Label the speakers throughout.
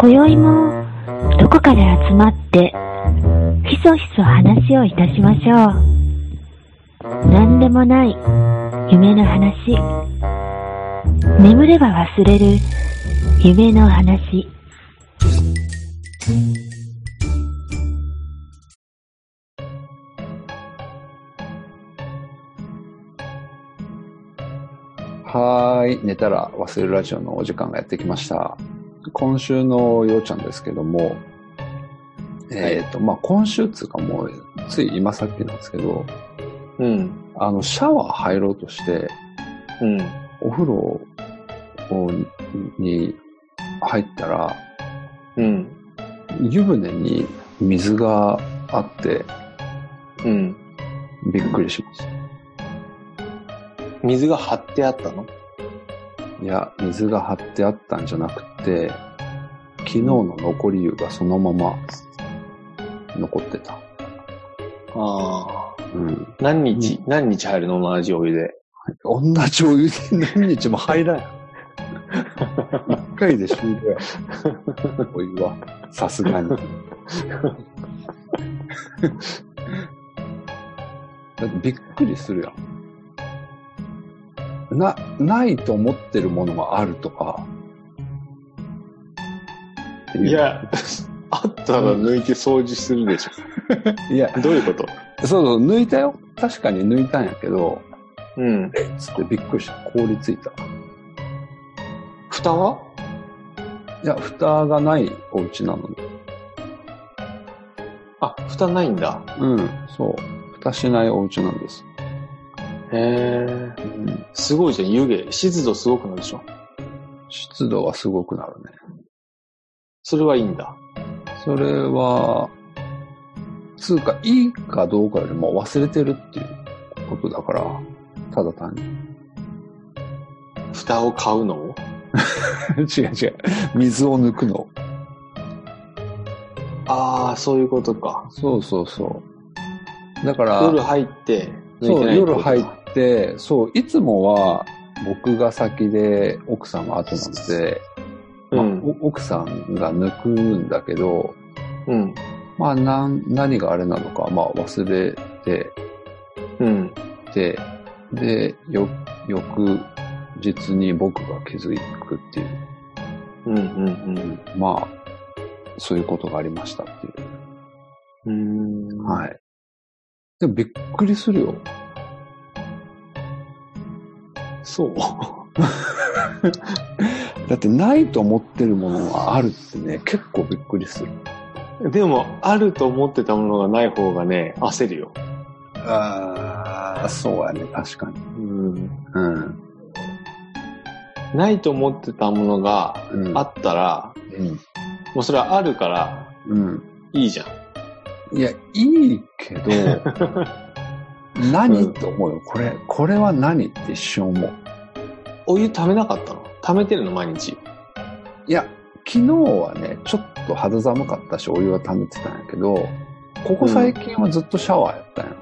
Speaker 1: 今宵もどこかで集まってひそひそ話をいたしましょう何でもない夢の話眠れば忘れる夢の話
Speaker 2: はーい。寝たら忘れるラジオのお時間がやってきました。今週のようちゃんですけども、えっ、と、まあ、今週っつうかもう、つい今さっきなんですけど、
Speaker 3: うん。
Speaker 2: あの、シャワー入ろうとして、
Speaker 3: うん。
Speaker 2: お風呂に入ったら、
Speaker 3: うん。
Speaker 2: 湯船に水があって、
Speaker 3: うん。
Speaker 2: びっくりしまし
Speaker 3: 水が張ってあったの
Speaker 2: た。いや、水が張ってあったんじゃなくて、昨日の残り湯がそのまま残ってた。
Speaker 3: ああ。
Speaker 2: うん。
Speaker 3: 何日、何日入るの同じお湯で。
Speaker 2: 同じお湯で何日も入らん。一回で終了や。お湯は、さすがに。だってびっくりするやん。な、ないと思ってるものがあるとか。っていう、
Speaker 3: や、あったら抜いて掃除するでし
Speaker 2: いや、
Speaker 3: ょ。どういうこと
Speaker 2: そうそう、抜いたよ。確かに抜いたんやけど、
Speaker 3: うん。
Speaker 2: つってびっくりした。凍りついた。
Speaker 3: 蓋はい
Speaker 2: や、蓋がないお家なので。
Speaker 3: あ、蓋ないんだ。
Speaker 2: うん、そう。蓋しないお家なんです。
Speaker 3: へえ。すごいじゃん、湯気。湿度すごくなるでしょ。
Speaker 2: 湿度はすごくなるね。
Speaker 3: それはいいんだ。
Speaker 2: それは、つうか、いいかどうかよりも忘れてるっていうことだから、ただ単に。
Speaker 3: 蓋を買うのを
Speaker 2: 違う違う。水を抜くの。
Speaker 3: ああ、そういうことか。
Speaker 2: そうそうそう。だから、
Speaker 3: 夜入って、抜い
Speaker 2: そ
Speaker 3: てな
Speaker 2: う、
Speaker 3: い
Speaker 2: 夜入
Speaker 3: 入
Speaker 2: って、そう、いつもは僕が先で奥さんが後なので、
Speaker 3: う
Speaker 2: まあ
Speaker 3: ん。
Speaker 2: お奥さんが抜くんだけど、
Speaker 3: うん。
Speaker 2: まあ、なん何があれなのか、まあ、忘れて
Speaker 3: うん。
Speaker 2: て、で、よ、翌日に僕が気づくっていう、
Speaker 3: うん。うん。
Speaker 2: まあ、そういうことがありましたっていう。
Speaker 3: うん。うん。
Speaker 2: はい。でもびっくりするよ。
Speaker 3: そう。
Speaker 2: だってないと思ってるものがあるってね、結構びっくりする。
Speaker 3: でも、あると思ってたものがない方がね、焦るよ。
Speaker 2: ああ、そうやね、確かに。
Speaker 3: うん。
Speaker 2: うん。
Speaker 3: ないと思ってたものが
Speaker 2: うん。
Speaker 3: あったら、
Speaker 2: うん。
Speaker 3: もうそれはあるから、
Speaker 2: うん。
Speaker 3: いいじゃん。
Speaker 2: いや、いいけ ど、何って思うよ。これ、これは何って一瞬思う。
Speaker 3: お湯溜めなかったの溜めてるの毎日。
Speaker 2: いや、昨日はね、ちょっと肌寒かったし、お湯は溜めてたんやけど、ここ最近はずっとシャワーやったんや。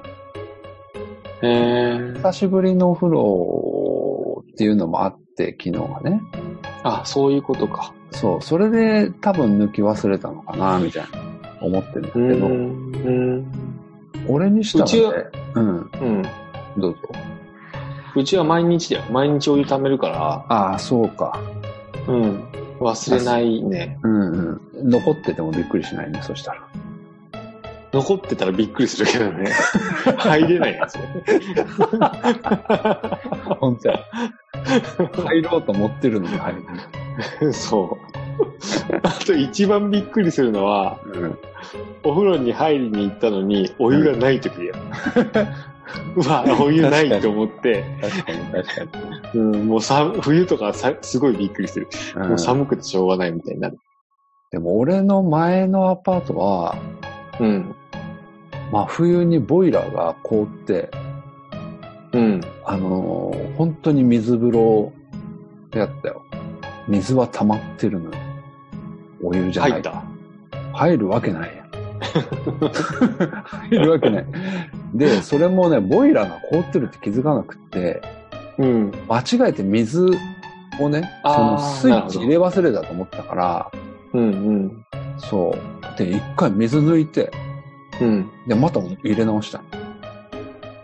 Speaker 3: へえ。
Speaker 2: 久しぶりのお風呂っていうのもあって、昨日はね。
Speaker 3: あ、そういうことか。
Speaker 2: そう、それで多分抜き忘れたのかな、みたいな思ってるんだけ
Speaker 3: う
Speaker 2: ど、
Speaker 3: ん。うん。
Speaker 2: 俺にしたらね、うん、
Speaker 3: うん。
Speaker 2: どうぞ。
Speaker 3: うちは毎日だよ。毎日お湯溜めるか
Speaker 2: ああ、そうか。
Speaker 3: ら、うん。忘れないね。
Speaker 2: うんうん。残っててもびっくりしないね、そしたら。
Speaker 3: 残ってたらびっくりするけど ね。入れないやつ。
Speaker 2: 本当や。入ろうと思ってるのに入る。
Speaker 3: そう。あと一番びっくりするのは、
Speaker 2: うん。
Speaker 3: お風呂に入りに行ったのに、お湯がない時や。うわ、お湯ないと思って、
Speaker 2: 確かに、確かに。
Speaker 3: うん、もうさ冬とかさすごいびっくりする。
Speaker 2: うん
Speaker 3: もう寒くてしょうがないみたいになる。
Speaker 2: でも俺の前のアパートは、
Speaker 3: うん。
Speaker 2: 真冬にボイラーが凍って、
Speaker 3: うん。
Speaker 2: あのー本当に水風呂やったよ。水は溜まってるのよ。お湯じゃない。
Speaker 3: 入った。
Speaker 2: 入るわけないやん。入るわけない。で、それもね、ボイラーが凍ってるって気づかなくって、
Speaker 3: うん。
Speaker 2: 間違えて水をね、そ
Speaker 3: あー
Speaker 2: のスイッチ入れ忘れたと思ったから、
Speaker 3: うん
Speaker 2: そう。で、一回水抜いて、
Speaker 3: うん。うん。
Speaker 2: で、また入れ直したの。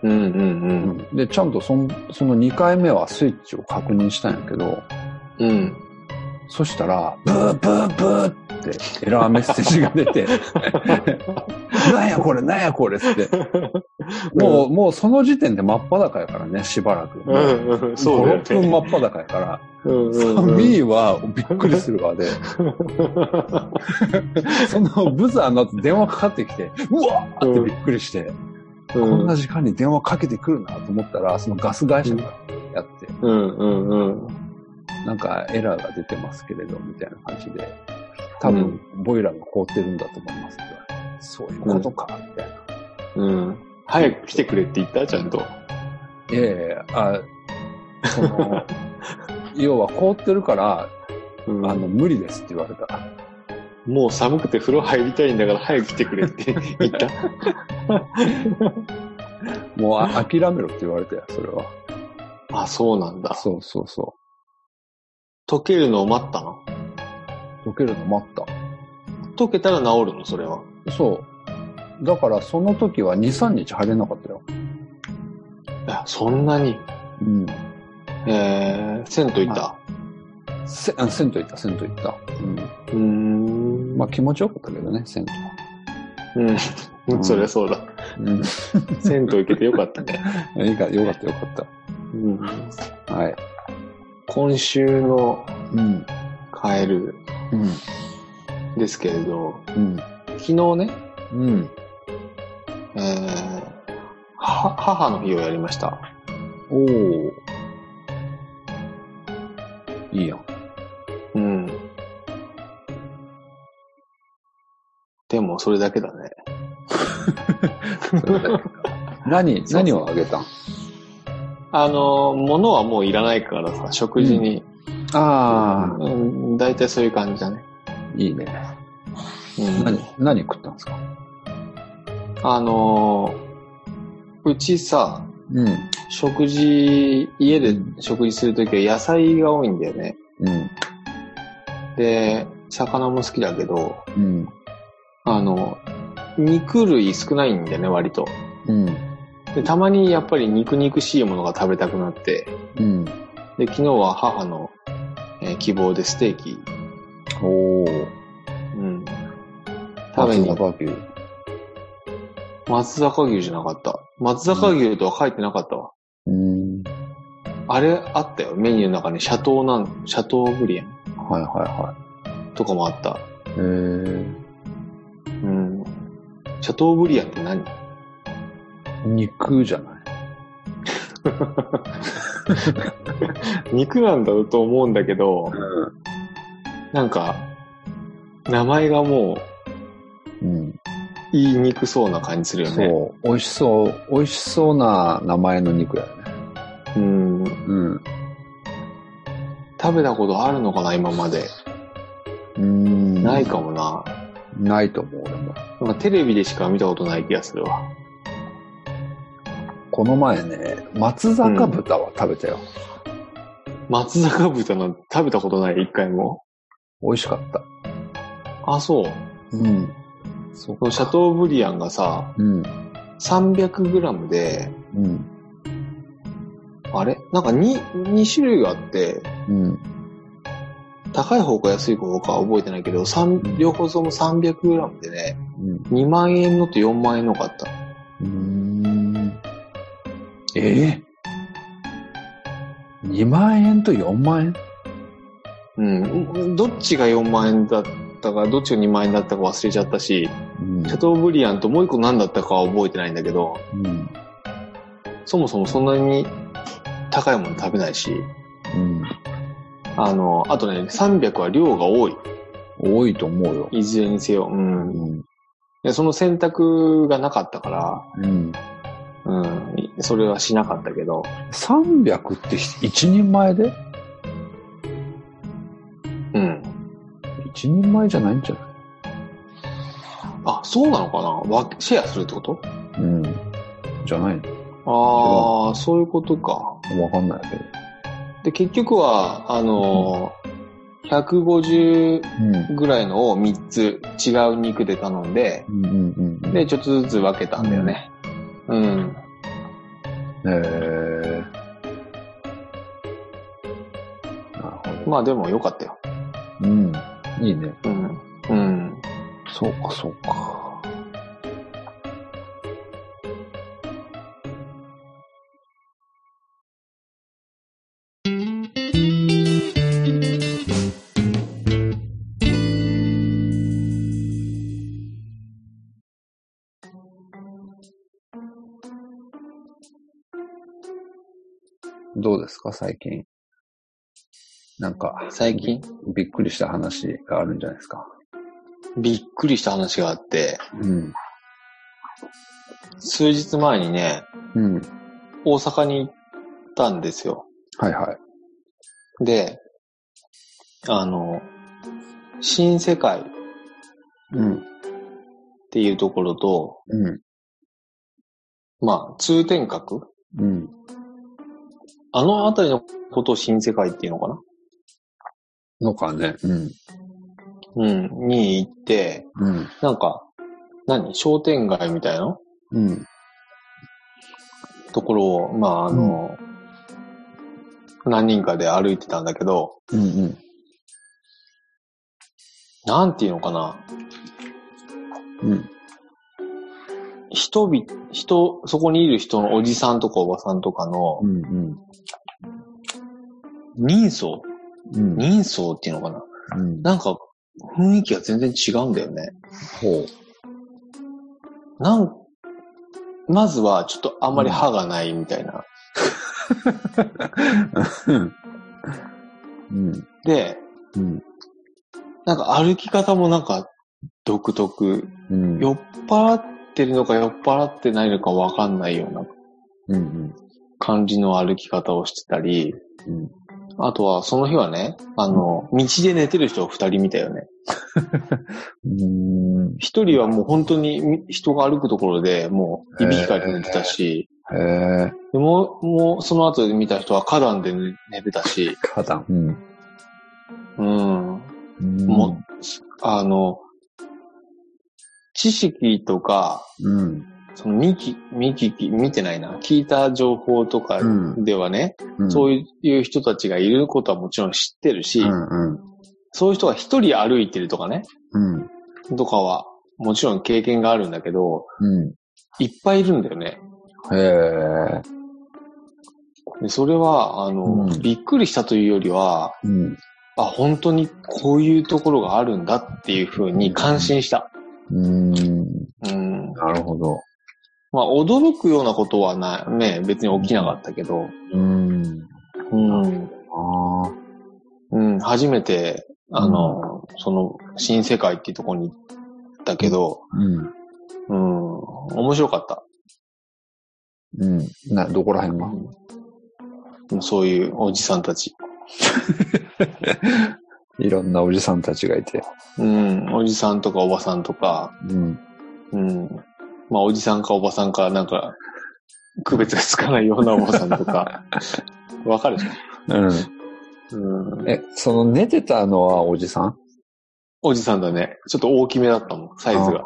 Speaker 3: うんうん
Speaker 2: で、ちゃんとそのその2回目はスイッチを確認したんやけど、
Speaker 3: うん。うん。
Speaker 2: そしたら、ブーブーブーってエラーメッセージが出て、 なんやこれ、なんやこれっつって。 もう、もうその時点で真っ裸やからね、しばらく。
Speaker 3: うんうん。そうだよね。
Speaker 2: 5、6分真っ裸やから、
Speaker 3: うんうんうん
Speaker 2: 寒いはびっくりするわで、そのブザーの後電話かかってきて、うわーってびっくりして、
Speaker 3: うん
Speaker 2: こんな時間に電話かけてくるなと思ったら、そのガス会社がやって、
Speaker 3: うんうんうん。
Speaker 2: なんかエラーが出てますけれど、みたいな感じで、多
Speaker 3: う
Speaker 2: 分ボイラーが凍ってるんだと思いますって言われて、そういうことか、みたいな。
Speaker 3: うん。早く来てくれって言ったちゃんと。
Speaker 2: いやいやいやあ、その、 要は凍ってるから、
Speaker 3: うん、
Speaker 2: あの、無理ですって言われたら、
Speaker 3: もう寒くて風呂入りたいんだから早く来てくれって言った。
Speaker 2: もうあ諦めろって言われたよ、それは。
Speaker 3: あ、そうなんだ。
Speaker 2: そうそうそ
Speaker 3: 溶けるのを待ったの
Speaker 2: う。溶けるの待っ
Speaker 3: 溶けたら治るのそれは。
Speaker 2: た。そう。だからその時は2、3日入れなかったよ。
Speaker 3: あ、そんなに。
Speaker 2: うん。
Speaker 3: えー、銭湯行った。
Speaker 2: せ、あ銭湯行った、銭湯行った。
Speaker 3: うーん。
Speaker 2: うん。まあ気持ちよかったけどね、銭
Speaker 3: う。
Speaker 2: うんん
Speaker 3: そりゃそうだ。
Speaker 2: 湯。うん。
Speaker 3: 銭湯行けてよかったね。
Speaker 2: いいか、よかったよかっ
Speaker 3: うん。
Speaker 2: た。はい。
Speaker 3: 今週の
Speaker 2: うん。
Speaker 3: カエル
Speaker 2: うん。
Speaker 3: ですけれど、
Speaker 2: うん。
Speaker 3: 昨日ね、
Speaker 2: うん。
Speaker 3: えー、は母の日をやりました。
Speaker 2: おお。いいやん。
Speaker 3: うん。でも、それだけだね。
Speaker 2: それだけ何、何をあげたん
Speaker 3: あの、物はもういらないからさ、食事に。
Speaker 2: あ
Speaker 3: うん、大体そういう感じだね。
Speaker 2: あ、いいね。
Speaker 3: うん
Speaker 2: 何、何食ったんですか
Speaker 3: あの、うちさ、
Speaker 2: うん。
Speaker 3: 食事、家で食事するときは野菜が多いんだよね。
Speaker 2: うん。
Speaker 3: で、魚も好きだけど、
Speaker 2: うん。
Speaker 3: あの、肉類少ないんだよね、割と。
Speaker 2: うん。
Speaker 3: で、たまにやっぱり肉肉しいものが食べたくなって、
Speaker 2: うん。
Speaker 3: で、昨日は母の、えー希望でステーキ、
Speaker 2: おお。
Speaker 3: うん。食べ
Speaker 2: 松
Speaker 3: に、
Speaker 2: 坂牛。う
Speaker 3: 松坂牛じゃなかった。松坂牛とは書いてなかったわ。
Speaker 2: ーん。
Speaker 3: あれあったよ。メニューの中にシャトーなん、シャトーブリアン
Speaker 2: はいは
Speaker 3: とかもあった。
Speaker 2: いはい。え
Speaker 3: うん。シャトーブリアンって何
Speaker 2: ー、肉じゃない
Speaker 3: 肉なんだろうと思うんだけど、なんか、名前がも
Speaker 2: うん。
Speaker 3: う言いにくそうな感じするよね。
Speaker 2: そう。美味しそう。美味しそうな名前の肉やね。
Speaker 3: う
Speaker 2: う
Speaker 3: ん。
Speaker 2: ん。
Speaker 3: 食べたことあるのかな、今まで。
Speaker 2: うーん。
Speaker 3: ないかもな。
Speaker 2: ないと思う、俺も。
Speaker 3: なんかテレビでしか見たことない気がするわ。
Speaker 2: この前ね、松坂豚は食べたよ。
Speaker 3: 松坂豚なんて食べたことない、一回も。
Speaker 2: 美味しかった。
Speaker 3: あ、そう。
Speaker 2: うん。そう
Speaker 3: このシャトーブリアンがさ、
Speaker 2: うん。
Speaker 3: 300g で、
Speaker 2: うん。
Speaker 3: あれなんか 2, 2種類があって、
Speaker 2: うん。
Speaker 3: 高い方か安い方かは覚えてないけど、三両方とも 300g でね、2万円のと4万円のがあった。
Speaker 2: うん。うーん。ええ ?2 万円と4万円
Speaker 3: うん。どっちが4万円だったか、どっちが2万円だったか忘れちゃったし、
Speaker 2: うん
Speaker 3: シャトーブリアンともう一個何だったかは覚えてないんだけど、
Speaker 2: うん。
Speaker 3: そもそもそんなに高いもの食べないし、
Speaker 2: うん。
Speaker 3: あの、あとね、300は量が多い。
Speaker 2: 多いと思うよ。
Speaker 3: いずれにせよ。う。
Speaker 2: うんん。
Speaker 3: でその選択がなかったから、
Speaker 2: うん。
Speaker 3: うん。それはしなかったけど、
Speaker 2: 300って一人前で
Speaker 3: うん。
Speaker 2: 一人前じゃないんじゃな
Speaker 3: あ、そうなのかなわシェアするってこと
Speaker 2: いうん。じゃない
Speaker 3: ああ、そういうことか。
Speaker 2: のわかんないけど。
Speaker 3: で、結局は、あのー150
Speaker 2: うん。
Speaker 3: ぐらいのを3つ違う肉で頼んで、
Speaker 2: うんうんうん。
Speaker 3: で、ちょっとずつ分けたんだよね。うん。
Speaker 2: えー。なるほど。
Speaker 3: まあでもよかったよ。
Speaker 2: うん。いいね。
Speaker 3: うん。うん。
Speaker 2: そうか、そうか。どうですか最近。なんか、
Speaker 3: 最近、
Speaker 2: びっくりした話があるんじゃないですか。
Speaker 3: びっくりした話があって、
Speaker 2: うん。
Speaker 3: 数日前にね、
Speaker 2: うん。
Speaker 3: 大阪に行ったんですよ。
Speaker 2: はいはい。
Speaker 3: で、あの、新世界っ
Speaker 2: うん。
Speaker 3: ていうところと、
Speaker 2: うん。
Speaker 3: まあ、通天閣
Speaker 2: うん。
Speaker 3: あのあたりのことを新世界っていうのかな
Speaker 2: のかね。うん。
Speaker 3: うん、に行って、
Speaker 2: うん。
Speaker 3: なんか、何商店街みたいな
Speaker 2: うん。
Speaker 3: ところを、まあ、あの、何人かで歩いてたんだけど、
Speaker 2: うん。うん。
Speaker 3: なんていうのかな
Speaker 2: うん。
Speaker 3: 人々、人、そこにいる人のおじさんとかおばさんとかの
Speaker 2: う、ん。
Speaker 3: 人相
Speaker 2: うん。
Speaker 3: 人相っていうのかな
Speaker 2: うん。
Speaker 3: なんか、雰囲気が全然違うんだよね。
Speaker 2: ほ
Speaker 3: なん、まずは、ちょっとあんまり歯がないみたいな。
Speaker 2: う。うん。
Speaker 3: で、
Speaker 2: うん。
Speaker 3: なんか歩き方もなんか、独特。
Speaker 2: うん。
Speaker 3: 酔っ払ってるのか酔っ払ってないのかわかんないような
Speaker 2: うん。
Speaker 3: 感じの歩き方をしてたり、
Speaker 2: うん。
Speaker 3: あとは、その日はね、あの、道で寝てる人を二人見たよね。
Speaker 2: うん。
Speaker 3: 一人はもう本当にみ人が歩くところでもう、いびきかいて寝てたし、
Speaker 2: へえ。
Speaker 3: でもう、もうその後で見た人は花壇で寝寝てたし、
Speaker 2: 花壇。うん。
Speaker 3: うん。
Speaker 2: うん
Speaker 3: もう、あの、知識とか、
Speaker 2: うん。
Speaker 3: その見き、見聞き、見てないな、聞いた情報とか
Speaker 2: うん
Speaker 3: ではね、
Speaker 2: うん。
Speaker 3: そう
Speaker 2: いう
Speaker 3: いう人たちがいることはもちろん知ってるし、
Speaker 2: うん。うん。
Speaker 3: そういう人が一人歩いてるとかね、
Speaker 2: うん。
Speaker 3: とかは、もちろん経験があるんだけど、
Speaker 2: うん。
Speaker 3: いっぱいいるんだよね。
Speaker 2: へえ。
Speaker 3: でそれは、あの、
Speaker 2: うん
Speaker 3: びっくりしたというよりは、
Speaker 2: うん。
Speaker 3: あ、本当にこういうところがあるんだっていうふうに感心した。
Speaker 2: うん。
Speaker 3: うん。
Speaker 2: なるほど。
Speaker 3: まあ、驚くようなことはな、ね、別に起きなかったけど、
Speaker 2: うん。
Speaker 3: うん。
Speaker 2: ああ。
Speaker 3: うん、初めて、あの、その、新世界っていうところに行ったけど、
Speaker 2: うん。
Speaker 3: うん、面白かった。
Speaker 2: うん。な、どこら辺が
Speaker 3: うん、そういうおじさんたち。
Speaker 2: いろんなおじさんたちがいて。
Speaker 3: うん、おじさんとかおばさんとか、
Speaker 2: うん。
Speaker 3: うん。まあ、おじさんかおばさんか、なんか、区別がつかないようなおばさんとか。わかるでし
Speaker 2: うん。
Speaker 3: ょうん。
Speaker 2: え、その寝てたのはおじさん
Speaker 3: おじさんだね。ちょっと大きめだったもん、サイズ
Speaker 2: あ
Speaker 3: が。
Speaker 2: ー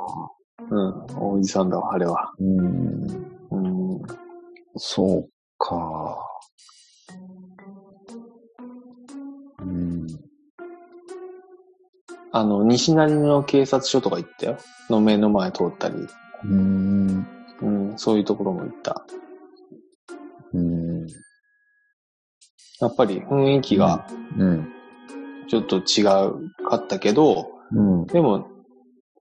Speaker 3: うん。おじさんだわ、あれは。
Speaker 2: うん。
Speaker 3: うん。
Speaker 2: そうか。うん。
Speaker 3: あの、西成の警察署とか行ったよ。の目の前通ったり。
Speaker 2: うん。
Speaker 3: うん、そういうところも行った。
Speaker 2: うん。
Speaker 3: やっぱり雰囲気が
Speaker 2: うん。
Speaker 3: ちょっと違うかったけど、
Speaker 2: うん。
Speaker 3: でも、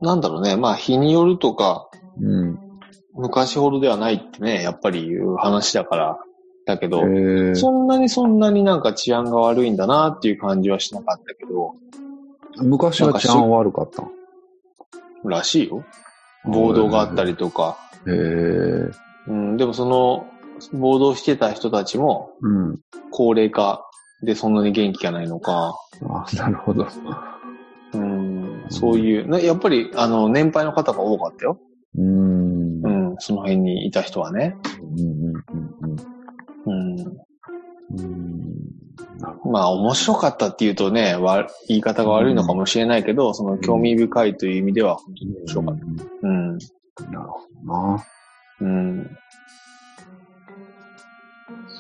Speaker 3: なんだろうね。まあ、日によるとか、
Speaker 2: うん。
Speaker 3: 昔ほどではないってね、やっぱりいう話だから、だけど、
Speaker 2: えー
Speaker 3: そんなにそんなになんか治安が悪いんだなっていう感じはしなかったけど、
Speaker 2: 昔は治安悪かった。
Speaker 3: らしいよ。暴動があったりとか。
Speaker 2: へえー。
Speaker 3: うん、でもその、暴動してた人たちも、
Speaker 2: うん。
Speaker 3: 高齢化でそんなに元気がないのか、
Speaker 2: あ、なるほど。
Speaker 3: うん、そういう、なやっぱり、あの、年配の方が多かったよ。
Speaker 2: うん。
Speaker 3: う
Speaker 2: うん。
Speaker 3: ん、その辺にいた人はね。
Speaker 2: うん。うん。
Speaker 3: うん、
Speaker 2: うん。
Speaker 3: まあ面白かったっていうとね、わ言い方が悪いのかもしれないけど、その興味深いという意味では本当に面白かった。う
Speaker 2: な
Speaker 3: ん。
Speaker 2: るほどな。
Speaker 3: うん。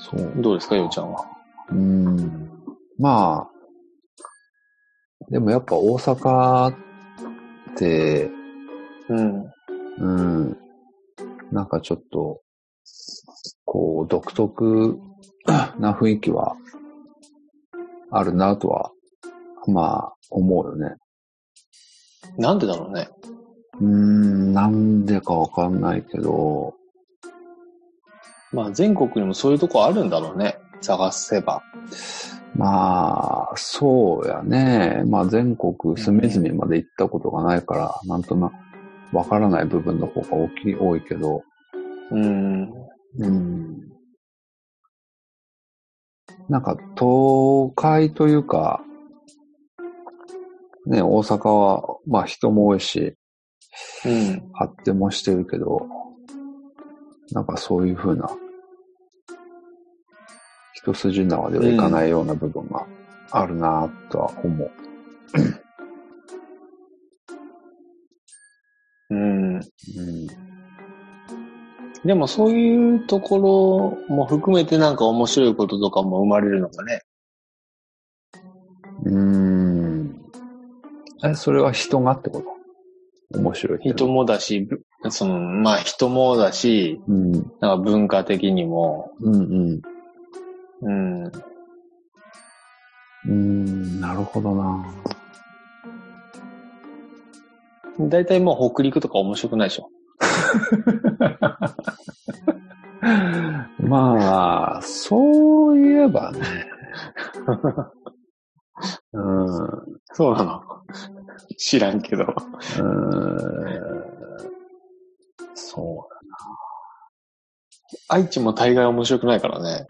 Speaker 2: そう。
Speaker 3: どうですか、ようちゃんは。
Speaker 2: うん。まあ、でもやっぱ大阪って、
Speaker 3: うん。
Speaker 2: うん。なんかちょっと、こう、独特な雰囲気はあるなとは、まあ、思うよね。
Speaker 3: なんでだろうね。
Speaker 2: うーん、なんでかわかんないけど、
Speaker 3: まあ全国にもそういうとこあるんだろうね。探せば。
Speaker 2: まあ、そうやね。まあ、全国隅々まで行ったことがないから、なんとなくわからない部分の方が大きい、多いけど、
Speaker 3: うん。
Speaker 2: うん。なんか、東海というか、ね、大阪は、まあ人も多いし、
Speaker 3: うん。
Speaker 2: 発展もしてるけど、なんかそういう風な、一筋縄ではいかないような部分があるなぁとは思う。
Speaker 3: うん。
Speaker 2: うん。
Speaker 3: でもそういうところも含めてなんか面白いこととかも生まれるのかね。
Speaker 2: うーん。え、それは人がってこと面白いけど。
Speaker 3: 人もだし、ぶその、まあ人もだし、
Speaker 2: うん。うん
Speaker 3: なんか文化的にも、
Speaker 2: うん。
Speaker 3: うん。
Speaker 2: うーん、なるほどな
Speaker 3: 大体もう北陸とか面白くないでしょ。
Speaker 2: まあ、そういえばね。 うん。う
Speaker 3: そうなの知らんけど。
Speaker 2: ーん。そう
Speaker 3: 愛知も大概面白くないからね。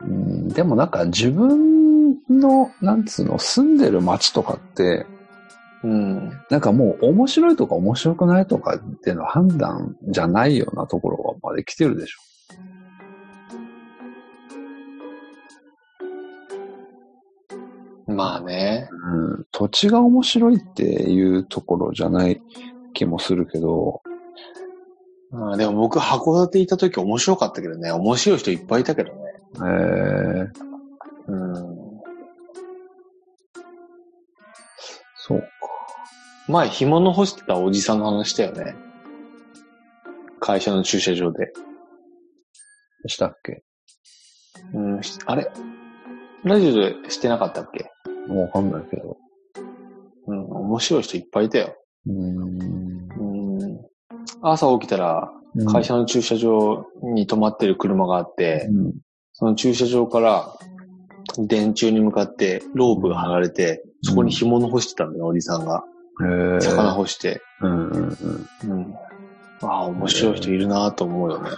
Speaker 2: うんでもなんか自分の、なんつうの、住んでる街とかって、
Speaker 3: うん。
Speaker 2: なんかもう面白いとか面白くないとかっていうの判断じゃないようなところまで来てるでしょ。
Speaker 3: まあね。
Speaker 2: うん、土地が面白いっていうところじゃない気もするけど、
Speaker 3: うんでも僕函館行った時面白かったけどね。面白い人いっぱいいたけどね。
Speaker 2: えー、
Speaker 3: うん。
Speaker 2: そう
Speaker 3: 前、干物干してたおじさんの話だよね。会社の駐車場で。
Speaker 2: したっけ
Speaker 3: うん、しあれラジオでしてなかったっけ
Speaker 2: わかんないけど。
Speaker 3: うん、面白い人いっぱいいたよ。
Speaker 2: うん
Speaker 3: うん。朝起きたら、会社の駐車場に止まってる車があって、
Speaker 2: うん
Speaker 3: その駐車場から電柱に向かってロープが離れて、そこに干物干してたんだよ、おじさんが。
Speaker 2: えー、
Speaker 3: 魚干して。
Speaker 2: うんうんうん。
Speaker 3: うん。ああ、面白い人いるなと思うよね。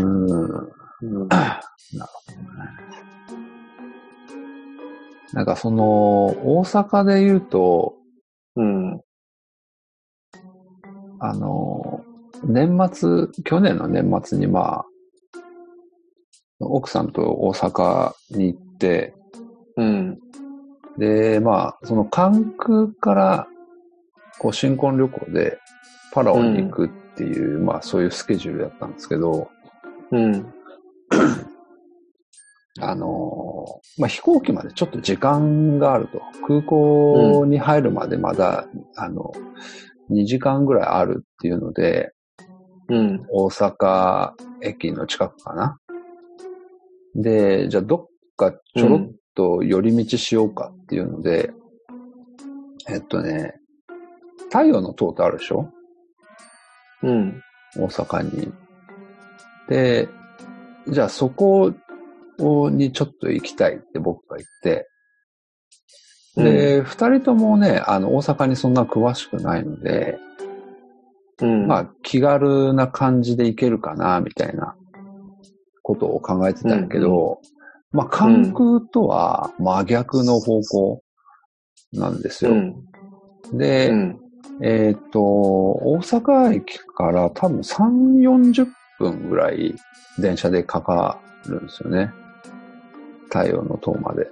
Speaker 2: うん
Speaker 3: うん。
Speaker 2: なんかその、大阪で言うと、
Speaker 3: うん。
Speaker 2: あの、年末、去年の年末にまあ、奥さんと大阪に行って、
Speaker 3: うん。
Speaker 2: で、まあ、その関空から、こう、新婚旅行でパラオに行くっていう、まあ、そういうスケジュールだったんですけど、
Speaker 3: うん。
Speaker 2: あの、まあ、飛行機までちょっと時間があると。空港に入るまでまだ、あの、2時間ぐらいあるっていうので、
Speaker 3: うん。
Speaker 2: 大阪駅の近くかな。で、じゃあどっかちょろっと寄り道しようかっていうので、えっとね、太陽の塔ってあるでしょ
Speaker 3: うん。
Speaker 2: 大阪に。で、じゃあそこをにちょっと行きたいって僕が言って、で、二、人ともね、あの、大阪にそんな詳しくないので、
Speaker 3: うん。
Speaker 2: まあ、気軽な感じでいけるかな、みたいなことを考えてたんやけど、まあ、関空とは真逆の方向なんです
Speaker 3: う
Speaker 2: よ。
Speaker 3: ん。
Speaker 2: で、
Speaker 3: うん。
Speaker 2: えっ、と、大阪駅から多分3、40分ぐらい電車でかかるんですよね。太陽の塔まで。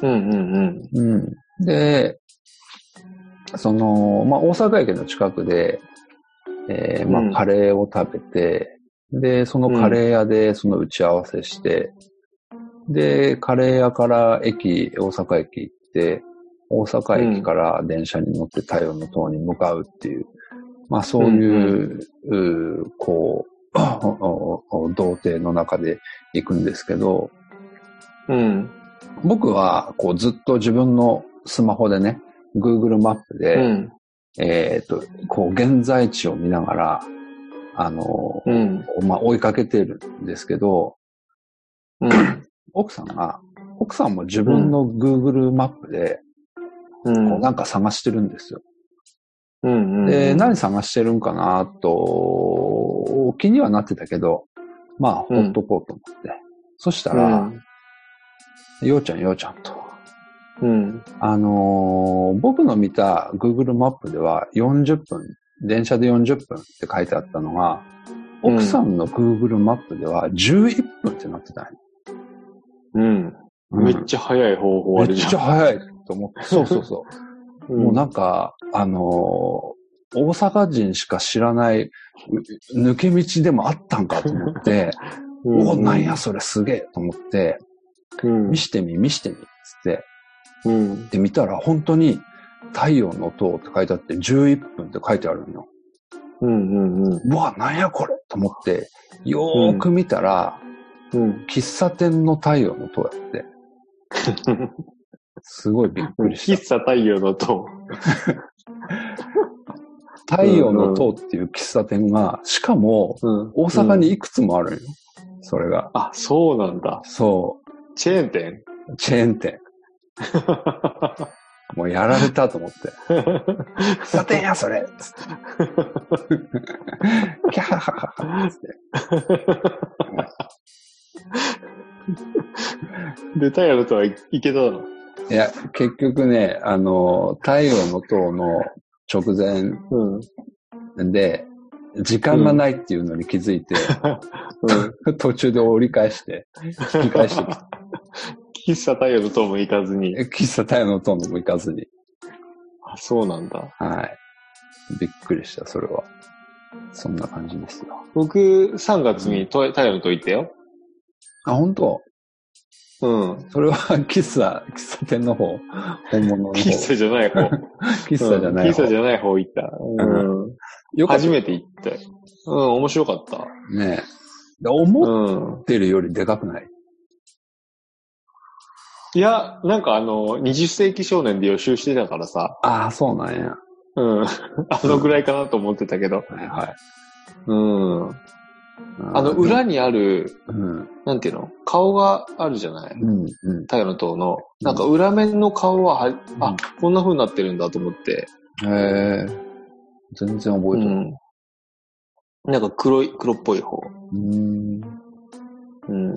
Speaker 3: うんうんうん。
Speaker 2: うん。で、その、まあ、大阪駅の近くで、えー、ま
Speaker 3: うん
Speaker 2: あ、カレーを食べて、で、そのカレー屋でその打ち合わせして、で、カレー屋から駅、大阪駅行って、大阪駅から電車に乗って太陽の塔に向かうっていう、まあそういう、うーこう、おおお童貞の中で行くんですけど、
Speaker 3: うん。
Speaker 2: 僕は、こう、ずっと自分のスマホでね、Google マップで、
Speaker 3: うん。
Speaker 2: えっ、と、こう、現在地を見ながら、あの、
Speaker 3: うん。
Speaker 2: まあ、追いかけてるんですけど、
Speaker 3: うん。
Speaker 2: 奥さんが、奥さんも自分の Google マップで、
Speaker 3: うん。
Speaker 2: こう、なんか探してるんですよ。
Speaker 3: うん。
Speaker 2: で、何探してるんかな、と、気にはなってたけど、まあ、ほっとこうと思って。そしたら、ようちゃん、ようちゃんと、
Speaker 3: うん。
Speaker 2: あのー僕の見た Google マップでは40分、電車で40分って書いてあったのが、
Speaker 3: うん
Speaker 2: 奥さんの Google マップでは11分ってなってたんよ
Speaker 3: うん。
Speaker 2: うん
Speaker 3: めっちゃ早い方法あ
Speaker 2: め
Speaker 3: る
Speaker 2: っ
Speaker 3: じゃん。
Speaker 2: ちゃ早いと思って。そうそうそう。もうなんか、あのー大阪人しか知らないう抜け道でもあったんかと思って、
Speaker 3: う
Speaker 2: おお、なんやそれすげえと思って、
Speaker 3: うん
Speaker 2: 見。してみ、見してみ、つって。
Speaker 3: うん。
Speaker 2: で、見たら本当に太陽の塔って書いてあって11分って書いてあるのよ。
Speaker 3: うん。うん。
Speaker 2: うわ、なんやこれと思って、よーく見たら、
Speaker 3: うん。
Speaker 2: 喫茶店の太陽の塔やって。すごいびっくり
Speaker 3: 喫
Speaker 2: し
Speaker 3: 茶太陽の塔。
Speaker 2: た。太陽の塔っていう喫茶店が、しかも、
Speaker 3: うん。
Speaker 2: 大阪にいくつもあるんよ。それが。
Speaker 3: あ、そうなんだ。
Speaker 2: そ
Speaker 3: チェーン店
Speaker 2: う、チェーン店。もうやられたと思って。喫茶店や、それつって。キャハハハハ。つって
Speaker 3: で、太陽の塔はいけたの。
Speaker 2: いや、結局ね、あの、太陽の塔の直前
Speaker 3: うん。
Speaker 2: で、時間がないっていうのに気づいて、 途中で折り返して、引き返してきて
Speaker 3: 喫茶太陽の塔も行かずに。
Speaker 2: え、喫茶太陽の塔のも行かずに。
Speaker 3: あ、そうなんだ。
Speaker 2: はい。びっくりした、それは。そんな感じですよ。
Speaker 3: 僕、3月にと太陽の塔行ったよ。
Speaker 2: あ、本当
Speaker 3: うん。
Speaker 2: それは 喫茶、喫茶店の方、本物の方。
Speaker 3: 喫茶じゃない方。
Speaker 2: 喫茶じゃない
Speaker 3: うん喫
Speaker 2: 方。
Speaker 3: 茶じゃない方行った。うん。
Speaker 2: よかっ
Speaker 3: 初めて行ったよ。うん、面白かった。
Speaker 2: たね。で思っ
Speaker 3: うん。
Speaker 2: てるよりでかくない、
Speaker 3: いや、なんかあの、20世紀少年で予習してたからさ、
Speaker 2: ああ、そうなんや。
Speaker 3: うん。 あのぐらいかなと思ってたけど、
Speaker 2: はいはい。
Speaker 3: うん。あの、裏にある、
Speaker 2: うん。
Speaker 3: なんていうの顔があるじゃない
Speaker 2: うん。うん。
Speaker 3: 太陽の塔の。なんか裏面の顔はは、
Speaker 2: うん
Speaker 3: あ、こんな風になってるんだと思って。
Speaker 2: へえ。全然
Speaker 3: う
Speaker 2: 覚えてない。
Speaker 3: ん。なんか黒い、黒っぽい方。
Speaker 2: うーん。
Speaker 3: うん。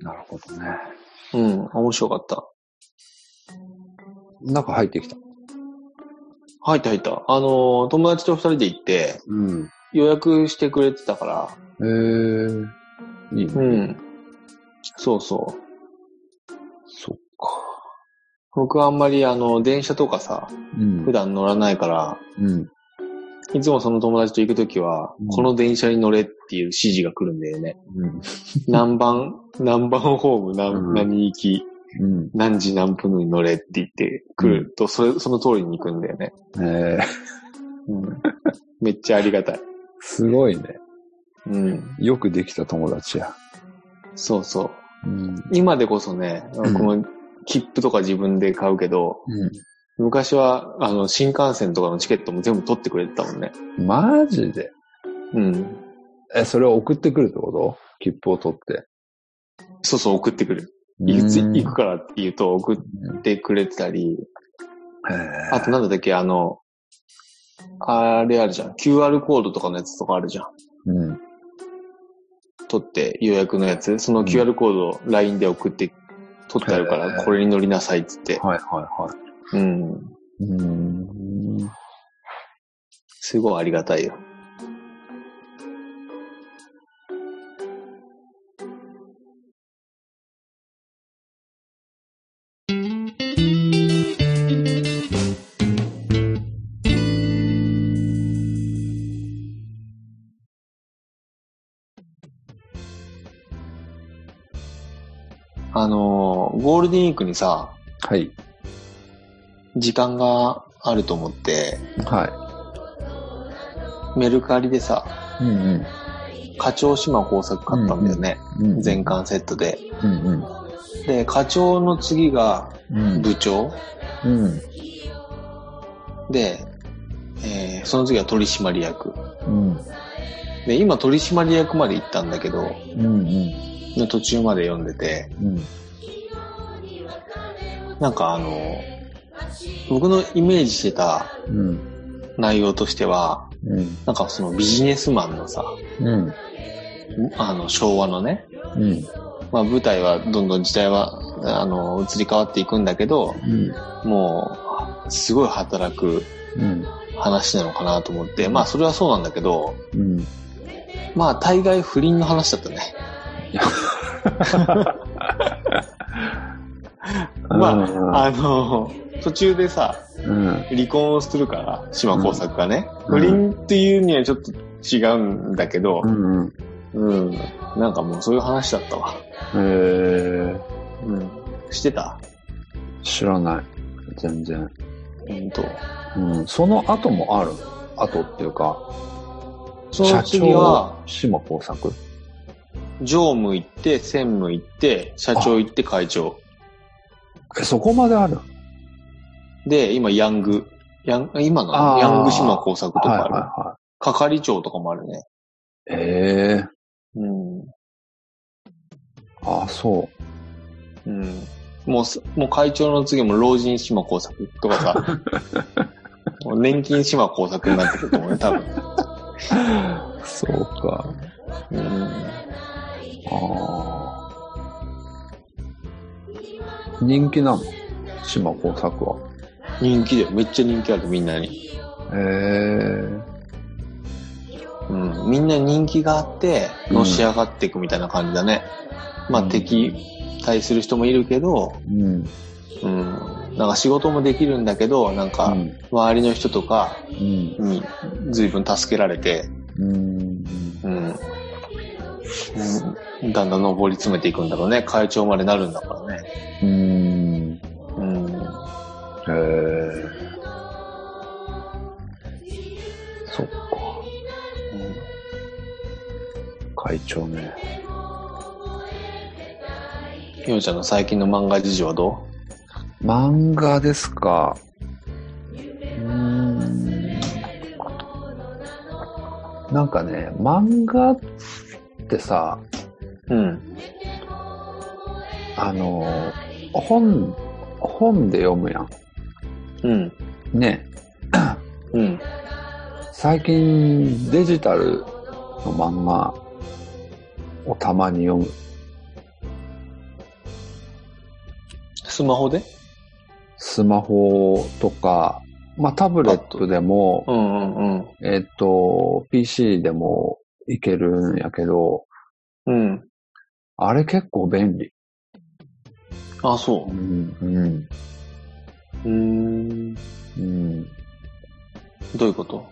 Speaker 2: なるほどね。
Speaker 3: うん、面白かった。
Speaker 2: 中入ってきた。
Speaker 3: 入った入った。あのー、友達と二人で行って、
Speaker 2: うん。
Speaker 3: 予約してくれてたから、
Speaker 2: えー、いいね。
Speaker 3: うん。そうそう。
Speaker 2: そっか。
Speaker 3: 僕はあんまりあの、電車とかさ、
Speaker 2: うん
Speaker 3: 普。段乗らないから、
Speaker 2: うん。
Speaker 3: いつもその友達と行くときは、
Speaker 2: うん
Speaker 3: この電車に乗れっていう指示が来るんだよね。
Speaker 2: うん。
Speaker 3: 何番、何番ホーム、
Speaker 2: う
Speaker 3: 何
Speaker 2: ん
Speaker 3: 何行き、
Speaker 2: うん。
Speaker 3: 何時何分に乗れって言って来ると、それ、その通りに行くんだよね。
Speaker 2: えー、
Speaker 3: うん。 めっちゃありがたい。
Speaker 2: すごいね。
Speaker 3: うん。
Speaker 2: よくできた友達や。
Speaker 3: そうそ
Speaker 2: う
Speaker 3: う。
Speaker 2: ん。
Speaker 3: 今でこそね、こ
Speaker 2: ん
Speaker 3: の切符とか自分で買うけど、昔は、あの、新幹線とかのチケットも全部取ってくれてたもんね。
Speaker 2: うん。マジで
Speaker 3: うん。
Speaker 2: え、それを送ってくるってこと切符を取って。
Speaker 3: そうそう、送ってくる。いつ
Speaker 2: うん
Speaker 3: 行くからって言うと送ってくれてたり、
Speaker 2: へえ
Speaker 3: あとなんだったっけ、あの、あれあるじゃん。QR コードとかのやつとかあるじゃん。
Speaker 2: うん。
Speaker 3: 取って予約のやつ。その
Speaker 2: ん
Speaker 3: QR コードを LINE で送って、取ってあるか
Speaker 2: へ
Speaker 3: ら、
Speaker 2: ー
Speaker 3: これに乗りなさいって言って。
Speaker 2: はいはいは
Speaker 3: うん。
Speaker 2: い。うーん。
Speaker 3: すごいありがたいよ。あのー、ゴールデンウィークにさ、
Speaker 2: はい。
Speaker 3: 時間があると思って、
Speaker 2: は
Speaker 3: メルカリでさ、
Speaker 2: い。うん
Speaker 3: 課長島工作買ったんだよね。
Speaker 2: うん。
Speaker 3: 全巻セットで。
Speaker 2: うん
Speaker 3: で、課長の次が
Speaker 2: うん。うん。
Speaker 3: 部長
Speaker 2: うん。
Speaker 3: で、えーその次は取締役。
Speaker 2: うん。
Speaker 3: で、今取締役まで行ったんだけど、
Speaker 2: うん。
Speaker 3: の途中まで読んでて、
Speaker 2: うん。
Speaker 3: なんかあの僕のイメージしてた
Speaker 2: うん。
Speaker 3: 内容としては、
Speaker 2: うん。
Speaker 3: なんかそのビジネスマンのさ、
Speaker 2: うん。
Speaker 3: あの昭和のね、
Speaker 2: うん。
Speaker 3: まあ舞台はどんどん時代は、あの、移り変わっていくんだけど、
Speaker 2: うん。
Speaker 3: もう、すごい働く
Speaker 2: うん。
Speaker 3: 話なのかなと思って、まあそれはそうなんだけど、
Speaker 2: うん。
Speaker 3: まあ大概不倫の話だったね。まあ、あの、途中でさ、
Speaker 2: うん。
Speaker 3: 離婚をするから、島耕作がね。
Speaker 2: うん
Speaker 3: 不倫っていうにはちょっと違うんだけど
Speaker 2: う、ん。
Speaker 3: うん。なんかもうそういう話だったわ。
Speaker 2: えー、
Speaker 3: うん。してた
Speaker 2: 知らない。全然。
Speaker 3: ほんと。
Speaker 2: うん。その後もある後っていうか、
Speaker 3: そ
Speaker 2: 社
Speaker 3: の次は
Speaker 2: 長、、島耕作。
Speaker 3: 常務行って、専務行って、社長行って、会長。
Speaker 2: え、そこまである
Speaker 3: で、今、ヤング。ヤン今
Speaker 2: あー
Speaker 3: のヤング島耕作と
Speaker 2: はいは
Speaker 3: かあ
Speaker 2: い
Speaker 3: る。
Speaker 2: は
Speaker 3: 係長とかもあるね。
Speaker 2: い。ええ
Speaker 3: うん。
Speaker 2: あ、そ
Speaker 3: うん。もうす、もう会長の次も老人島耕作とか さ、もう年金島耕作になってくると思うね、多分。
Speaker 2: う。そうか。
Speaker 3: うん
Speaker 2: ああ。人気なの島耕作は。
Speaker 3: 人気だよ。めっちゃ人気ある、みんなに。
Speaker 2: え
Speaker 3: うん。みんな人気があって、
Speaker 2: うん
Speaker 3: のし上がっていくみたいな感じだね。まあ、
Speaker 2: うん
Speaker 3: 敵対する人もいるけど、
Speaker 2: えうん。
Speaker 3: うん。なんか仕事もできるんだけど、なん
Speaker 2: う
Speaker 3: か、
Speaker 2: ん。
Speaker 3: 周りの人とか
Speaker 2: うん。
Speaker 3: に随分助けられて、
Speaker 2: うん。
Speaker 3: うん。うんだんだん上り詰めていくんだろうね。会長までなるんだからね。
Speaker 2: うん。
Speaker 3: うん。
Speaker 2: へえ。そっか。会長ね。
Speaker 3: ようちゃんの最近の漫画事情はど
Speaker 2: 漫画ですか。うーん。なんかね、漫画ってさ、
Speaker 3: ううん。
Speaker 2: あの、本、本で読むや
Speaker 3: うん。
Speaker 2: ん。ね。
Speaker 3: うん。
Speaker 2: 最近デジタルの漫画をたまに読む。
Speaker 3: スマホで
Speaker 2: スマホとか、まあタブレットでも
Speaker 3: う、んうんうん。
Speaker 2: えっ、と、PC でもいけるんやけど、
Speaker 3: うん。
Speaker 2: あれ結構便利。
Speaker 3: あ、そうう。
Speaker 2: ん、うん、
Speaker 3: うーん。
Speaker 2: うん。
Speaker 3: どういうこと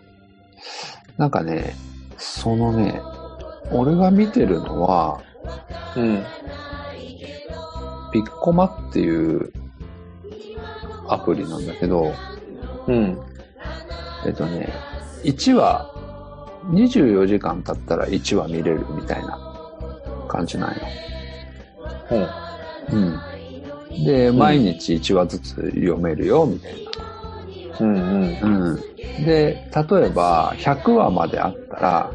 Speaker 2: なんかね、そのね、俺が見てるのは、
Speaker 3: うん。
Speaker 2: ピッコマっていうアプリなんだけど、
Speaker 3: うん。
Speaker 2: えっとね、1話、24時間経ったら1話見れるみたいな感じなんよ。
Speaker 3: ほう。
Speaker 2: うん。で、毎日1話ずつ読めるよ、みたい
Speaker 3: うんうん。
Speaker 2: な。うん。で、例えば、100話まであったら、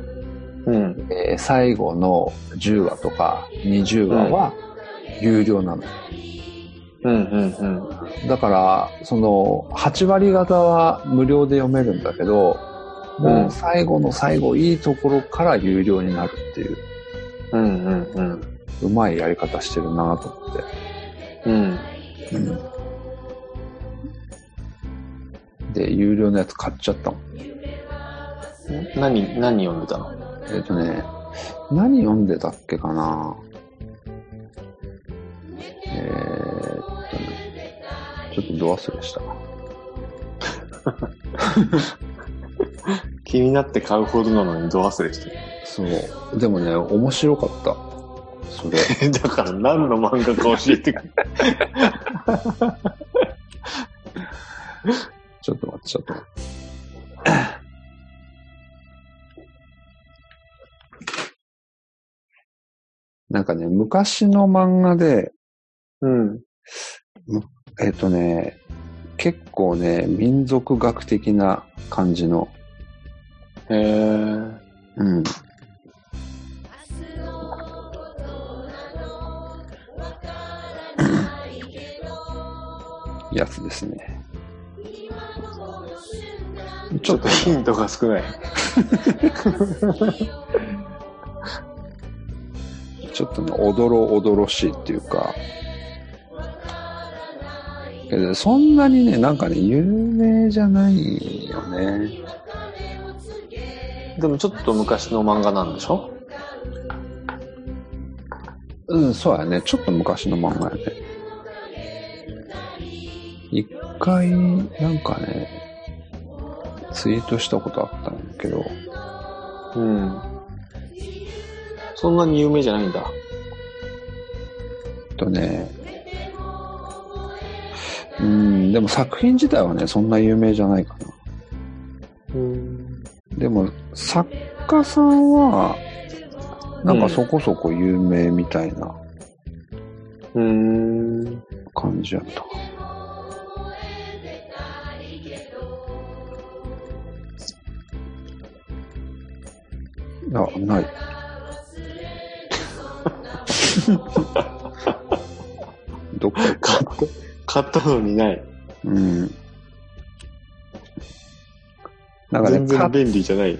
Speaker 3: うん。
Speaker 2: えー最後の10話とか20話は有料なの。
Speaker 3: うんうんうん。
Speaker 2: だから、その、8割方は無料で読めるんだけど、もう最後の最後、いいところから有料になるっていう、
Speaker 3: うんうんうん。
Speaker 2: うまいやり方してるなと思っ
Speaker 3: うん。
Speaker 2: て。で、有料のやつ買っちゃったもん。
Speaker 3: 何、何読んでたの
Speaker 2: えっ、とね、何読んでたっけかなえーっとね、ちょっとど忘れした。
Speaker 3: 気になって買うほどなのにど忘れしてる。
Speaker 2: そう。でもね、面白かった。それ。
Speaker 3: だから何の漫画か教えてくれ。
Speaker 2: ちょっと待って、ちょっと 待って。なんかね、昔の漫画で、
Speaker 3: うん。
Speaker 2: えっ、とね、結構ね、民族学的な感じの、
Speaker 3: へえ。
Speaker 2: うん。やつですね。
Speaker 3: ちょっとヒントが少ない。
Speaker 2: ちょっとね、おどろおどろしいっていうか、けどそんなにね、なんかね、有名じゃないよね。
Speaker 3: でもちょっと昔の漫画なんでしょ
Speaker 2: うん、そうやね。ちょっと昔の漫画やね。一回、なんかね、ツイートしたことあったんだけど、
Speaker 3: うん。そんなに有名じゃないんだ。
Speaker 2: えっとね、うん、でも作品自体はね、そんな有名じゃないかな。
Speaker 3: うん。
Speaker 2: でも、作家さんは、なんかそこそこ有名みたいな
Speaker 3: うん。
Speaker 2: 感じやったかな。あ、ない。どっか行った
Speaker 3: 買った、 買ったのにない。
Speaker 2: うん。なんかね、
Speaker 3: 全然
Speaker 2: か
Speaker 3: 便利じゃない。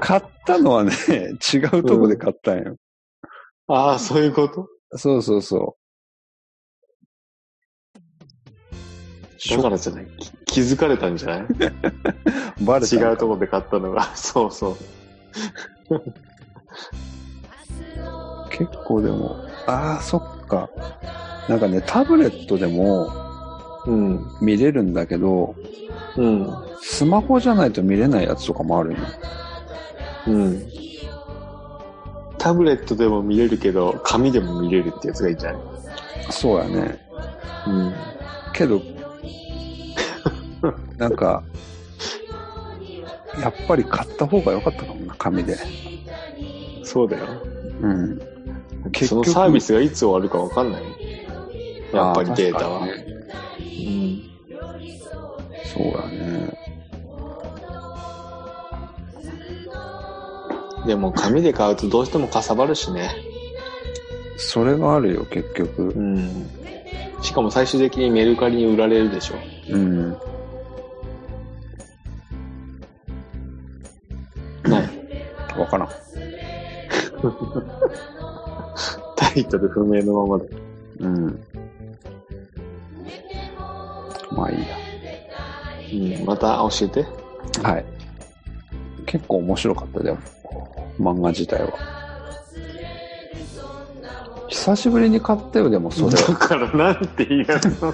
Speaker 2: 買ったのはね、 違うとこで買ったんよ。
Speaker 3: ああ、そういうこと
Speaker 2: そうそうそう。
Speaker 3: だからじゃない。き気づかれたんじゃない
Speaker 2: バレた
Speaker 3: 違うところで買ったのが。 そうそう。
Speaker 2: 結構でも、ああ、そっか。なんかね、タブレットでも
Speaker 3: うん。
Speaker 2: 見れるんだけど、
Speaker 3: うん。
Speaker 2: スマホじゃないと見れないやつとかもあるよ。
Speaker 3: うん。タブレットでも見れるけど、紙でも見れるってやつがいいんじゃない
Speaker 2: そうやね。
Speaker 3: うん。
Speaker 2: けど、なんか、やっぱり買った方が良かったかもな、紙で。
Speaker 3: そうだよ。
Speaker 2: うん。
Speaker 3: そのサービスがいつ終わるかわかんない。やっぱりデータ
Speaker 2: あ
Speaker 3: は。
Speaker 2: 確かにねそうやね。
Speaker 3: うんでも紙で買うとどうしてもかさばるしね。
Speaker 2: それがあるよ、結局
Speaker 3: う。ん。しかも最終的にメルカリに売られるでしょ。
Speaker 2: うん。
Speaker 3: ない。
Speaker 2: わからん。
Speaker 3: タイトル不明のままで。
Speaker 2: うん。まあいい
Speaker 3: うん。また教えて。
Speaker 2: や。はい。結構面白かったでも、漫画自体は。久しぶりに買ったよ、でもそれ。
Speaker 3: だからなんて言うの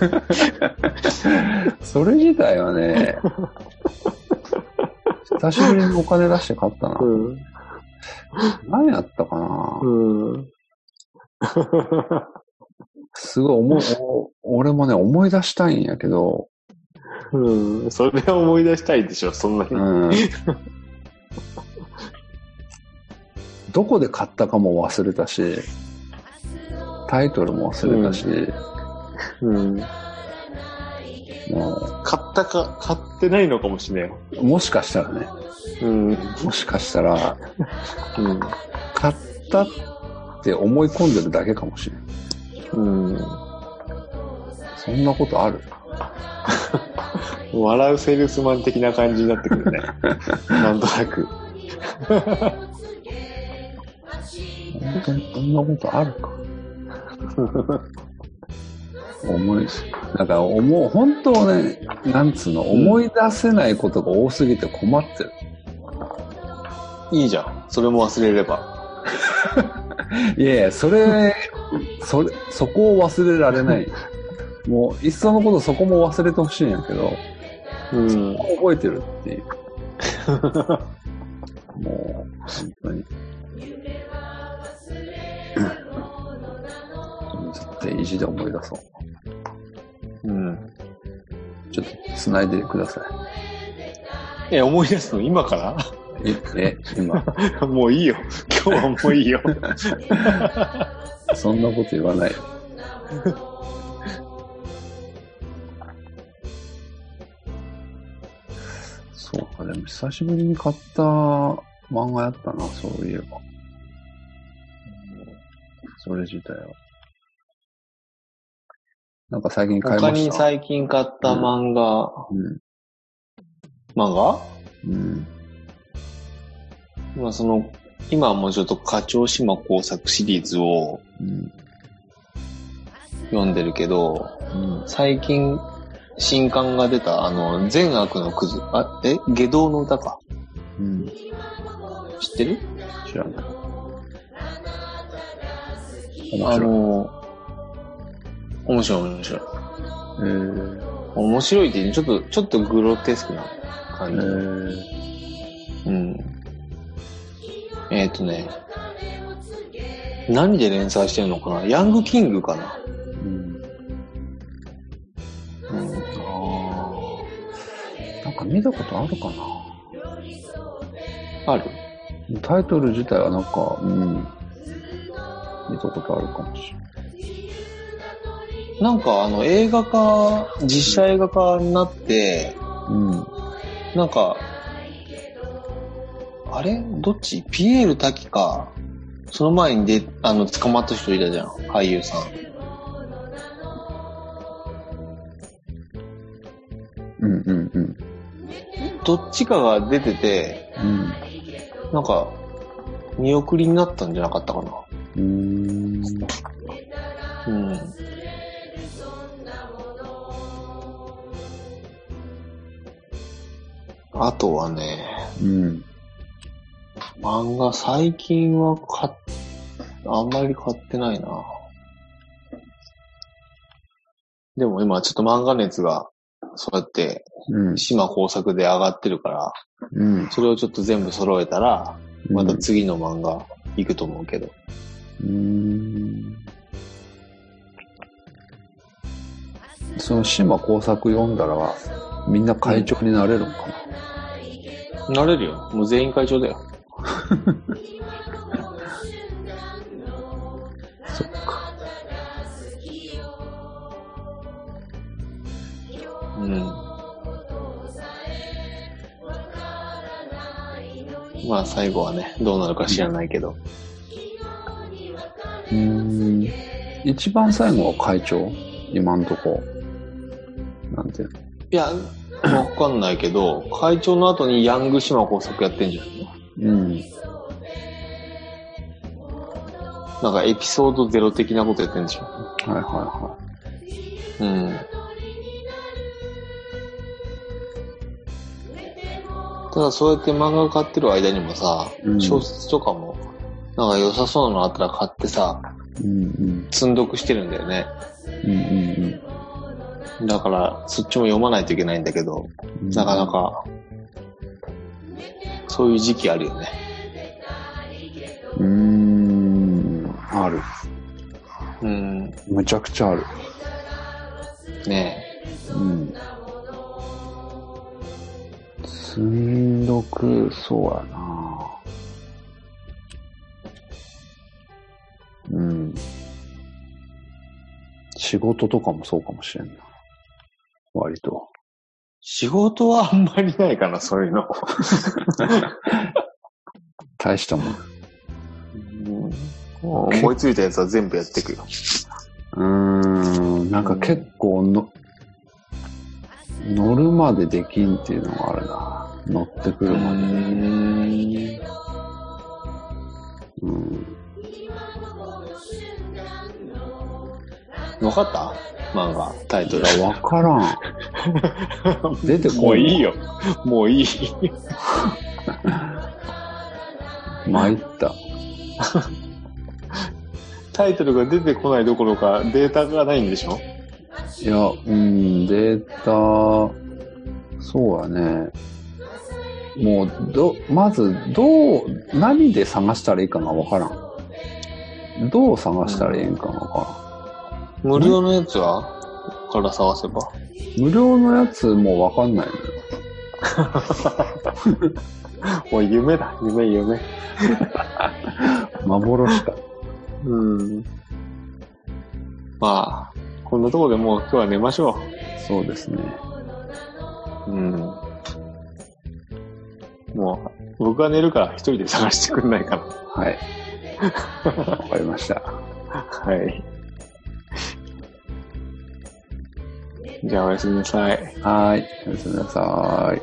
Speaker 2: それ自体は ね、久しぶりにお金出して買ったな。何やったかな
Speaker 3: うん。うん。
Speaker 2: すごい思い、お俺もね、思い出したいんやけど、
Speaker 3: うん。それは思い出したいでしょ、そんなに。
Speaker 2: うん。どこで買ったかも忘れたし、タイトルも忘れたし、
Speaker 3: うん。
Speaker 2: も
Speaker 3: 買ったか、買ってないのかもしれんよ。
Speaker 2: う、もしかしたらね、
Speaker 3: うん。うん。
Speaker 2: もしかしたら、買ったって思い込んでるだけかもしれん。
Speaker 3: うん。
Speaker 2: そんなことある
Speaker 3: 笑うセールスマン的な感じになってく るね。なんとなく。
Speaker 2: 本当にそんなことあるか。 思い、なんか思う、本当ね、なんつうの、思い出せないことが多すぎて困ってる。
Speaker 3: いいじゃん。それも忘れれば。
Speaker 2: いやいや、それ、それ、そこを忘れられ ない。もう、いっそのことそこも忘れてほしいんやけど、
Speaker 3: うん。
Speaker 2: 覚えてるって いう。もう、本当に。意地で思い出そう。
Speaker 3: うん。
Speaker 2: ちょっと繋いでくださ
Speaker 3: え、思い出すの今から
Speaker 2: い。え、え今、
Speaker 3: もういいよ。今日はもうい いよ。
Speaker 2: そんなこと言わない。 そうか、でも久しぶりに買った漫画やったな、そういえば。それ自体は。なんか最近買い
Speaker 3: 他
Speaker 2: まし
Speaker 3: に
Speaker 2: た。
Speaker 3: 最近買った漫画、
Speaker 2: うん。
Speaker 3: 漫画
Speaker 2: うん。
Speaker 3: まあその、今はもうちょっと課長島工作シリーズを
Speaker 2: うん。
Speaker 3: 読んでるけど、
Speaker 2: うん。
Speaker 3: 最近新刊が出た、あの、善悪のクズ、あ、え、下道の歌か。
Speaker 2: うん。
Speaker 3: 知ってる
Speaker 2: 知らない。面
Speaker 3: あ
Speaker 2: 白い。
Speaker 3: の、面白い面白い。
Speaker 2: えー、
Speaker 3: 面白いって、ちょっと、ちょっとグロテスクな
Speaker 2: え
Speaker 3: 感じ。
Speaker 2: ー、
Speaker 3: うん。えっ、とね、何で連載してるのかなヤングキングかな
Speaker 2: うん。ああ。
Speaker 3: うん。
Speaker 2: なんか見たことあるか
Speaker 3: ある
Speaker 2: な。タイトル自体はなんか、うん。見たことあるかもしれない。
Speaker 3: なんかあの映画化、実写映画化になって、
Speaker 2: うん。
Speaker 3: なんか、あれどっちピエール滝か、その前にで、あの、捕まった人いたじゃん、俳優さん。
Speaker 2: うんうんうん。
Speaker 3: どっちかが出てて、
Speaker 2: うん。
Speaker 3: なんか、見送りになったんじゃなかったかな。
Speaker 2: うーん。
Speaker 3: うん。あとはね、
Speaker 2: うん。
Speaker 3: 漫画最近は買っ、あんまり買ってないな。でも今ちょっと漫画熱が、そうやって、
Speaker 2: うん。
Speaker 3: 島工作で上がってるから、
Speaker 2: うん。
Speaker 3: それをちょっと全部揃えたら、また次の漫画行くと思うけど。
Speaker 2: うん。その島工作読んだら、みんな会長になれるのかな。
Speaker 3: なれるよ。もう全員会長だよ。
Speaker 2: そっか。
Speaker 3: うん。まあ最後はね、どうなるか知らないけど。
Speaker 2: うーん。一番最後は会長今んとこ。なんていうの
Speaker 3: いや、わかんないけど、会長の後にヤング島工作やってんじゃない
Speaker 2: うん。
Speaker 3: のなんかエピソードゼロ的なことやってんでしょ
Speaker 2: はいはいは
Speaker 3: うん。ただそうやって漫画買ってる間にもさ、
Speaker 2: うん
Speaker 3: 小説とかも、なんか良さそうなのあったら買ってさ、
Speaker 2: い。うんうん。
Speaker 3: 積んどくしてるんだよね。
Speaker 2: うんうん
Speaker 3: だから、そっちも読まないといけないんだけど、
Speaker 2: うん。
Speaker 3: なかな。か、そういう時期あるよね。
Speaker 2: うーん。ある。
Speaker 3: うん。
Speaker 2: むちゃくちゃある。
Speaker 3: ね
Speaker 2: うん。積んどく、そうやなうん。仕事とかもそうかもしれんな。割と。
Speaker 3: 仕事はあんまりないかな、そういうの。
Speaker 2: 大したもん。
Speaker 3: 思いついたやつは全部やっていく
Speaker 2: う
Speaker 3: よ。
Speaker 2: ーん、なんか結構の、乗るまでできんっていうのがあるな。乗ってく
Speaker 3: う
Speaker 2: るまで。
Speaker 3: ん。
Speaker 2: うん。
Speaker 3: わかった漫画、タイト
Speaker 2: い
Speaker 3: ル。
Speaker 2: や、わからん。出てこい。
Speaker 3: もういい。よ。もういい。
Speaker 2: 参った。
Speaker 3: タイトルが出てこないどころか、データがないんでしょ
Speaker 2: いや、うん、データ、そうやね。もう、ど、まず、どう、何で探したらいいかがわからん。どう探したらいいんかがわか
Speaker 3: 無料のやつはから探せば。
Speaker 2: 無料のやつもうわかんないのよ。
Speaker 3: もう夢だ、夢、夢。
Speaker 2: 幻か。
Speaker 3: うん。まあ、こんなとこでもう今日は寝ましょ
Speaker 2: そうですね。
Speaker 3: う。うん。もう、僕が寝るから一人で探してくんないかな。
Speaker 2: はい。わかりました。
Speaker 3: はい。じゃあおやすみなさい。
Speaker 2: はい。おやすみなさい。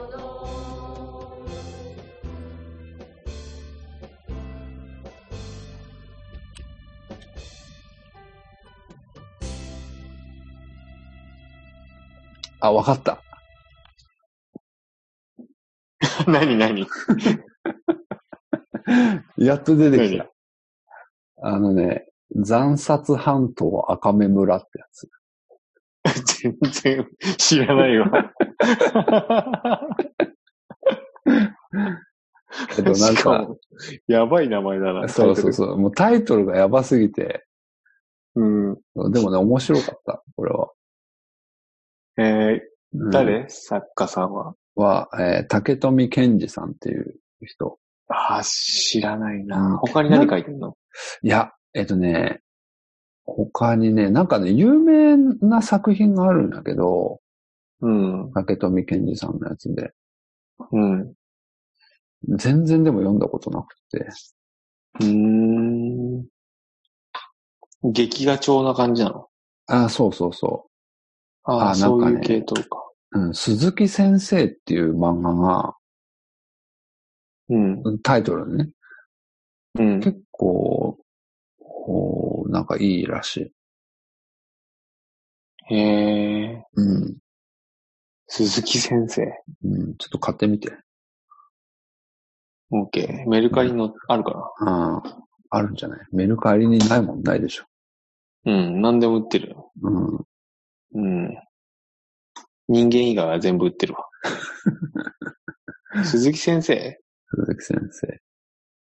Speaker 2: あ、わかった。
Speaker 3: 何何
Speaker 2: やっと出てきた。あのね、残殺半島赤目村ってやつ。
Speaker 3: 全然知らないわ。
Speaker 2: えっと、なん
Speaker 3: しか
Speaker 2: か、
Speaker 3: も、やばい名前だな。
Speaker 2: そうそう
Speaker 3: う。
Speaker 2: そう。もうタイトルがやばすぎて、
Speaker 3: うん。
Speaker 2: でもね、面白かった、これは。
Speaker 3: え
Speaker 2: う
Speaker 3: ー、
Speaker 2: ん
Speaker 3: 誰、作家さんは。
Speaker 2: は、えー竹富健二さんっていう人。
Speaker 3: あー、知らない
Speaker 2: うん
Speaker 3: な。他に何書いてんの
Speaker 2: いや、えっとね、他にね、なんかね、有名な作品があるんだけど、
Speaker 3: うん。
Speaker 2: 竹富健二さんのやつで、
Speaker 3: うん。う
Speaker 2: 全然でも読んだことなくて、
Speaker 3: ーん。劇画調な感じなの
Speaker 2: あ、そうそうそ
Speaker 3: あ
Speaker 2: あ
Speaker 3: あ、
Speaker 2: ー
Speaker 3: そうい
Speaker 2: な
Speaker 3: うん
Speaker 2: か
Speaker 3: 系
Speaker 2: ね
Speaker 3: 統か。
Speaker 2: う。うん、鈴木先生っていう漫画が、
Speaker 3: うん。
Speaker 2: タイトルね、
Speaker 3: うん。
Speaker 2: 結構、こうなんかいいらしい。
Speaker 3: へえ。
Speaker 2: うん。
Speaker 3: 鈴木先生。
Speaker 2: うん、ちょっと買ってみて。
Speaker 3: オッケー。メルカリの、あるか
Speaker 2: ああ、あるんじゃないメルカリにないもんないでしょ。
Speaker 3: なうん。何でも売ってる。
Speaker 2: うん。
Speaker 3: うん。人間以外は全部売ってるわ。鈴木先生
Speaker 2: 鈴木先生。